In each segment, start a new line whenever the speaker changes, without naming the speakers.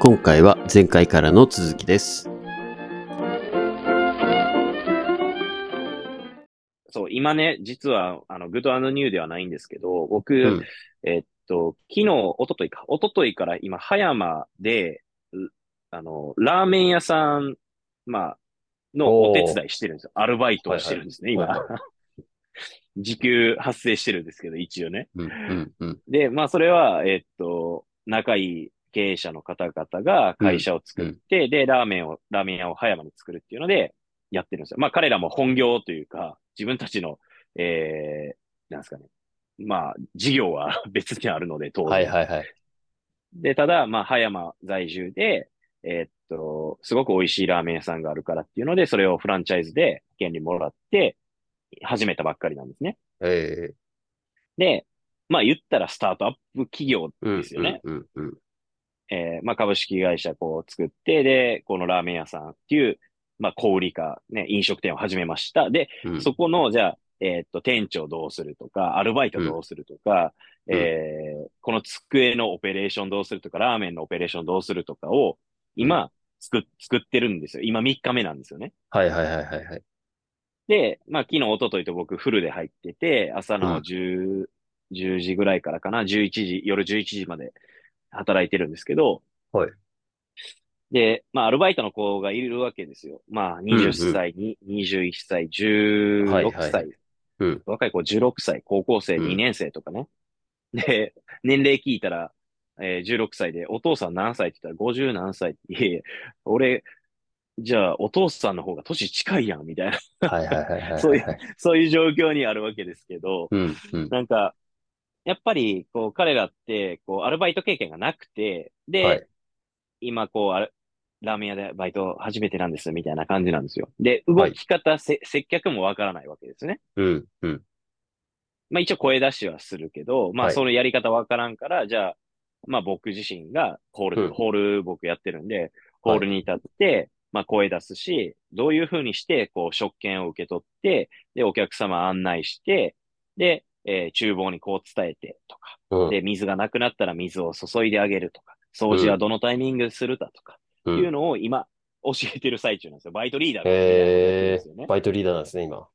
今回は前回からの続きです。
そう、今ね、実は、あの、グッドアンドニューではないんですけど、僕、
うん
えっと、昨日、一昨日か、一昨日から今、葉山で、うあの、ラーメン屋さん、まあ、の
おー
お手伝いしてるんですよ。アルバイトをしてるんですね、
はいはい
今。 時給発生してるんですけど、一応ね。
うん、うん、うん。
で、まあ、それは、えっと、仲いい経営者の方々が会社を作って、で、ラーメンを、ラーメン屋を葉山に作るっていうので、やってるんですよ。まあ、彼らも本業というか、自分たちの、えー、なんですかね。まあ、事業は 別にあるので、当然。
はいはいはい。
で、ただ、まあ、葉山在住で、えーっと、すごく美味しいラーメン屋さんがあるからっていうので、それをフランチャイズで権利もらって、始めたばっかりなんですね。
え
で、まあ、言ったらスタートアップ企業
えうん、
ですよね。
うん、うん、うん。
えーまあ、株式会社こう作って、で、このラーメン屋さんっていう、まあ、小売りか、ね、飲食店を始めました。で、
うん
そこの、じゃあ、えーっと、店長どうするとか、アルバイトどうするとか、
うん
えーこの机のオペレーションどうするとか、ラーメンのオペレーションどうするとかを、今、作っ、作ってるんですよ。今3日目なんですよね。
はいはいはいはいはい。
で、まあ、昨日、一昨日と僕フルで入ってて、朝
うん
の10、10時ぐらいからかな、11時、夜11時まで働いてるんですけど、
はい
で、まあ、アルバイトの子がいるわけですよ。まあ、
うんうん
20歳に、21歳、16
はいはい
歳。
うん
若い子16歳、高校生
うん
2年生とかね。で、年齢聞いたら、えー16歳で、お父さん何歳って言ったら50何歳って、いやいや俺、じゃあお父さんの方が年近いやん、みたいな。
はいはいはいはいはい。
そういう。 そういう状況にあるわけですけど、
うん、うん。
なんか、やっぱり、こう、彼らって、こう、アルバイト経験がなくて、で、
はい
今、こう、あれ、ラーメン屋でバイト初めてなんです、みたいな感じなんですよ。で、動き方、せ、接客もわからないわけですね。
うん、うん。
まあ、一応声出しはするけど、まあ、
はい
そのやり方わからんから、じゃあ、まあ、僕自身が、ホール、
うん
ホール僕やってるんで、ホールに立って、まあ、声出すし、どういうふうにして、こう、食券を受け取って、で、お客様案内して、で、えー厨房にこう伝えてとか、
うん、
で、水がなくなったら水を注いであげるとか、掃除はどのタイミングでするだとか、
う。
いうんのを今、教えてる最中なんですよ。バイトリーダーがみたいなことやってるん
え
ですよ
え
ね。
バイトリーダーなんですね、今。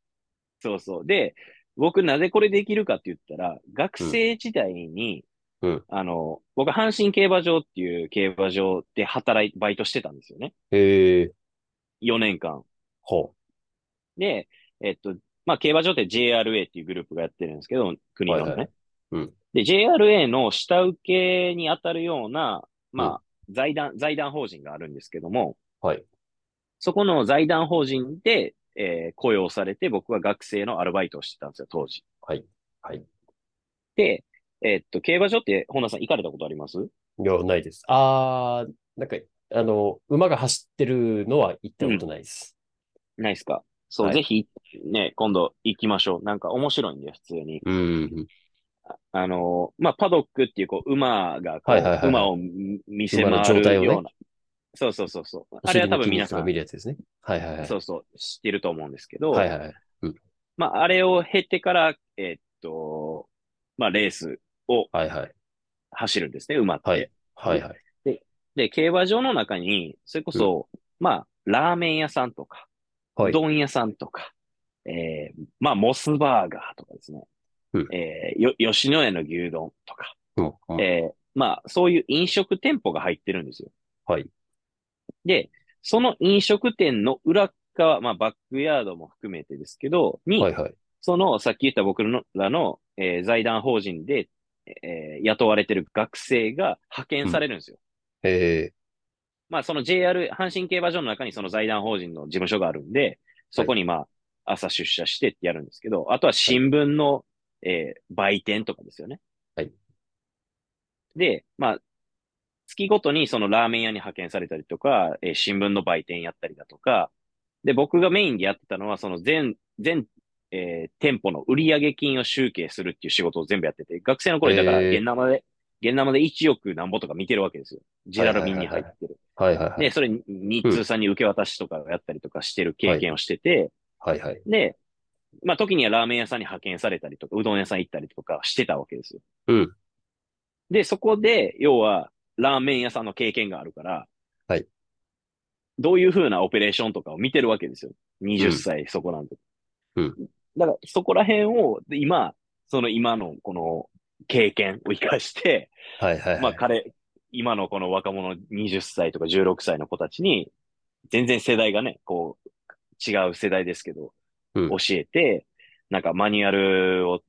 そうそう。で、僕なぜこれできるかって言ったら、学生時代に、
うん
あの、僕、阪神競馬場っていう競馬場で働い、バイトしてたんですよね。
ええ
4年間。
ほ
で、えっと、まあ、競馬場って JRA っていうグループがやってるんですけど、国の
はいはい
ね。
うん
で、JRA の下請けに当たるような、まあ、財団、財団法人があるんですけども、
う。はい。
そこの財団法人で、えー雇用されて、僕は学生のアルバイトをしてたんですよ、当時。
はい。はい。
で、えっと、競馬場って、本田さん行かれたことあります
いや、ないです。あー、なんか、あの、馬が走ってるのは行ったことないです。
ないですかそう、
はい
ぜひ、ね、今度行きましょう。なんか面白いんで、普通に。
うん、うん。
あのーまあ、パドックっていう、こう、馬が、こう
はいはいはいはい
馬を見見せ
馬の
回
状態を
る
ね
ような。そうそうそうそう。あれは多分皆さ
お尻の筋肉が
ん
見、るやつですね。はいはいはい。
そうそう、知ってると思うんですけど、
はいはいはい。
まあ、あれを経てから、えっと、まあ、レースを
はいはい。
走るんですね、馬って。
はい。はいはい。
で、競馬場の中に、それこそ、まあ、ラーメン屋さんとか、
は
う
い。
どん屋さんとか、えー、まあ、モスバーガーとかですね。
うん
えー、よ、吉野家の牛丼とか、
うんうん
えー、まあ、そういう飲食店舗が入ってるんですよ。
はい。
で、その飲食店の裏側、まあ、バックヤードも含めてですけど、に、
はいはい。
その、さっき言った僕らの、えー財団法人で、えー雇われてる学生が派遣されるんですよ。
え
まあ、その JR、阪神競馬場の中にその財団法人の事務所があるんで、そこにまあ、朝出社してってやるんですけど、あとは新聞の、えー売店とかですよね。
はい。
で、まあ、月ごとにそのラーメン屋に派遣されたりとか、えー新聞の売店やったりだとか、で、僕がメインでやってたのは、その全、全、えー店舗の売上金を集計するっていう仕事を全部やってて、学生の頃だから、
へー
現生で、現生で1億なんぼとか見てるわけですよ。ジェラルミンに入ってる。
ー、はいはいはい。
で、それ、日通さんに受け渡しとかをやったりとかしてる経験をしてて、
はいはい。
で、まあ、時にはラーメン屋さんに派遣されたりとか、うどん屋さん行ったりとかしてたわけですよ。
うん
で、そこで、要は、ラーメン屋さんの経験があるから、
はい。
どういうふうなオペレーションとかを見てるわけですよ。
う
20
ん
歳そこなんで。
うん。
だから、そこら辺を、で今、その今のこの経験を生かして、
はいはいはい。
まあ彼、今のこの若者20歳とか16歳の子たちに、全然世代がね、こう、違う世代ですけど、
うん
教えて、なんかマニュアルを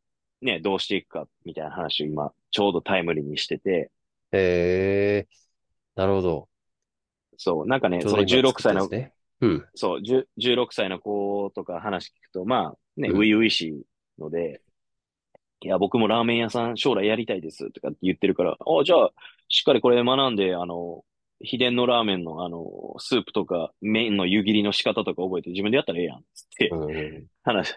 ね、どうしていくかみたいな話を今、ちょうどタイムリーにしてて、
えー、なるほど。
そう、なんかね、
ちょう
そ
ど
の
今
16
作った
歳
や
の
つ、ね。うん。
そう、10 16歳の子とか話聞くと、まあ、ね、
うん
初々しいので、いや、僕もラーメン屋さん将来やりたいですとかって言ってるから、あじゃあ、しっかりこれ学んで、あの、秘伝のラーメンのあの、スープとか、麺の湯切りの仕方とか覚えて自分でやったらええやん、つって、
うんうん
話、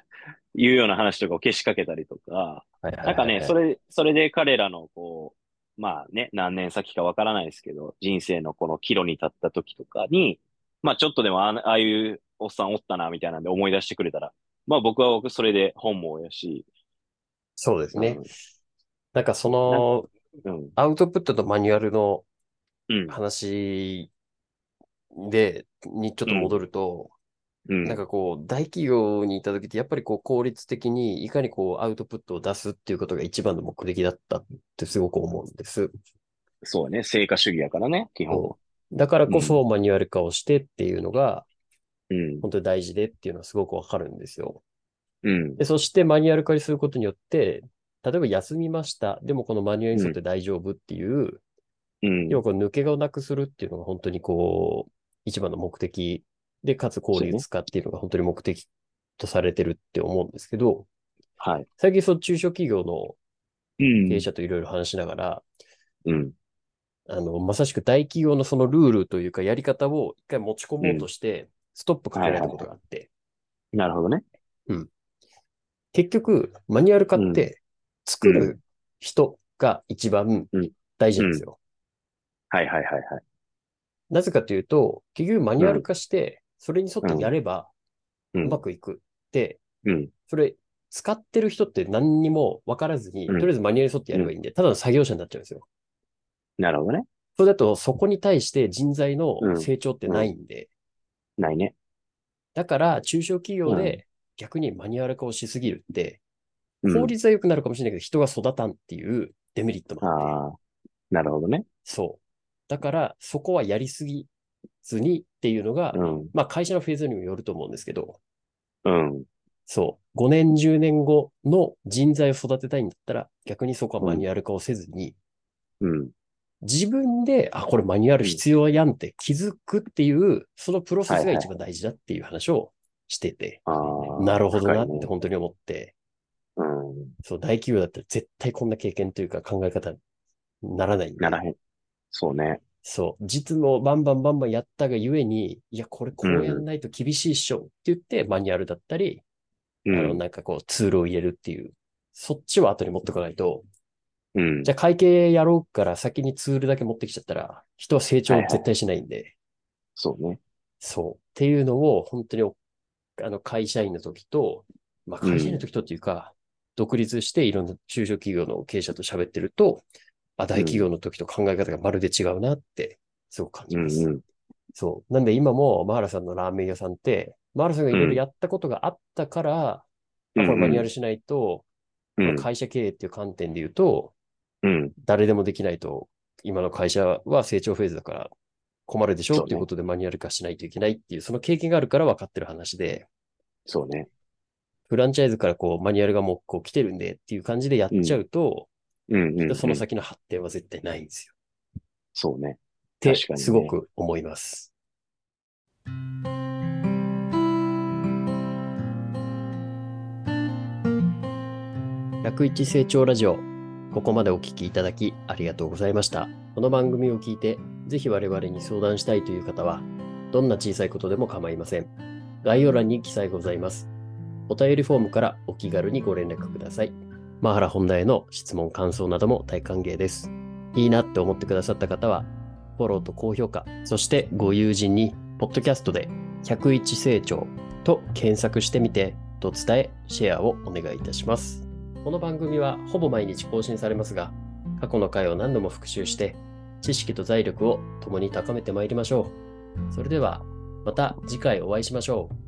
言うような話とかをけしかけたりとか、
はいはい
なんかね、そ
れ、
れ、それで彼らの、こう、まあね、何年先かわからないですけど、人生のこの岐路に立った時とかに、まあちょっとでもあ、ああいうおっさんおったな、みたいなんで思い出してくれたら、まあ僕は僕それで本望やし、
そうですね。
うん
なんかその、
うん、
アウトプットとマニュアルの
うん、
話で、にちょっと戻ると、
うん、
なんかこう、大企業にいた時って、やっぱりこう、効率的にいかにこう、アウトプットを出すっていうことが一番の目的だったってすごく思うんです。
そうね、成果主義やからね、基本。
だからこそ、マニュアル化をしてっていうのが、
うん、
本当に大事でっていうのはすごくわかるんですよ。
うん、
で、そしてマニュアル化にすることによって、例えば休みました。でもこのマニュアルに沿って大丈夫っていう、
うん、
要はこう抜けがなくするっていうのが本当にこう、一番の目的で、かつ効率化っていうのが本当に目的とされてるって思うんですけど、
はい。
最近その中小企業の
うん
経営者といろいろ話しながら、
うん、
あの、まさしく大企業のそのルールというかやり方を一回持ち込もうとして、ストップかけられたことがあって、
なるほどね。
結局、マニュアル化っ
う
て、作る人が一番
うん
大事なんですよ。
はいはいはいはい。
なぜかというと、結局マニュアル化して、それに沿ってやれば、
う
うんま、くいく。で、
うん、
それ、使ってる人って何にも分からずに、
う
と
ん
りあえずマニュアルに沿ってやればいいんで、ただの作業者になっちゃうんですよ。
なるほどね。
それだと、そこに対して人材の成長ってないんで、
ないね。
だから、中小企業
う
で逆にマニュアル化をしすぎるって、
うん
効率は良くなるかもしれないけど、人が育たんっていうデメリットもあって、
ああ、なるほどね。
そう。だから、そこはやりすぎずにっていうのが、
うん、
まあ、会社のフェーズにもよると思うんですけど、
うん、
そう。5年、10年後の人材を育てたいんだったら、逆にそこはマニュアル化をせずに、
うん、
自分で、あ、これマニュアル必要やんって気づくっていう、そのプロセスが一番大事だっていう話をしてて、
ああ、
なるほどなっ
深い
て
ね
本当に思って、
うん。
そう、大企業だったら絶対こんな経験というか考え方にならないんで
ならへん。そうね。
そう、実務をバンバンバンバンやったがゆえに、いや、これこうやんないと厳しいっしょって言って、マニュアルだったり、
う
あの、
ん。
なんかこうツールを入れるっていう、そっちは後に持ってこないと、
うん
じ。ゃあ会計やろうから先にツールだけ持ってきちゃったら、人は成長絶対しないんで、
そうね。
そう。っていうのを、本当にお、あの、会社員の時と、まあ、
うん
会社員の時とっていうか、独立していろんな中小企業の経営者と喋ってると、あ、大企業の時と考え方がまるで違うなって、すごく感じ
う
ます。
んうん。
そう。なんで今も、マーラさんのラーメン屋さんって、マーラさんがいろいろやったことがあったから、あこれマニュアルしないと、こ
う
れ
ん。
会社経営っていう観点で言うと、
うん。
誰でもできないと、今の会社は成長フェーズだから困るでしょ
そ
っ
うね
ていうことでマニュアル化しないといけないっていう、その経験があるから分かってる話で、
そうね。
フランチャイズからこうマニュアルがもうこう来てるんでっていう感じでやっちゃうと、
うんうん。
その先の発展は絶対ないんですよ。
そうね。
って、
確かにね
すごく思います。101成長ラジオ。ここまでお聞きいただきありがとうございました。この番組を聞いて、ぜひ我々に相談したいという方は、どんな小さいことでも構いません。概要欄に記載ございます。お便りフォームからお気軽にご連絡ください。マハラ本題への質問、感想なども大歓迎です。いいなって思ってくださった方は、フォローと高評価、そしてご友人に、ポッドキャストで101成長と検索してみて、と伝え、シェアをお願いいたします。この番組はほぼ毎日更新されますが、過去の回を何度も復習して、知識と財力を共に高めてまいりましょう。それでは、また次回お会いしましょう。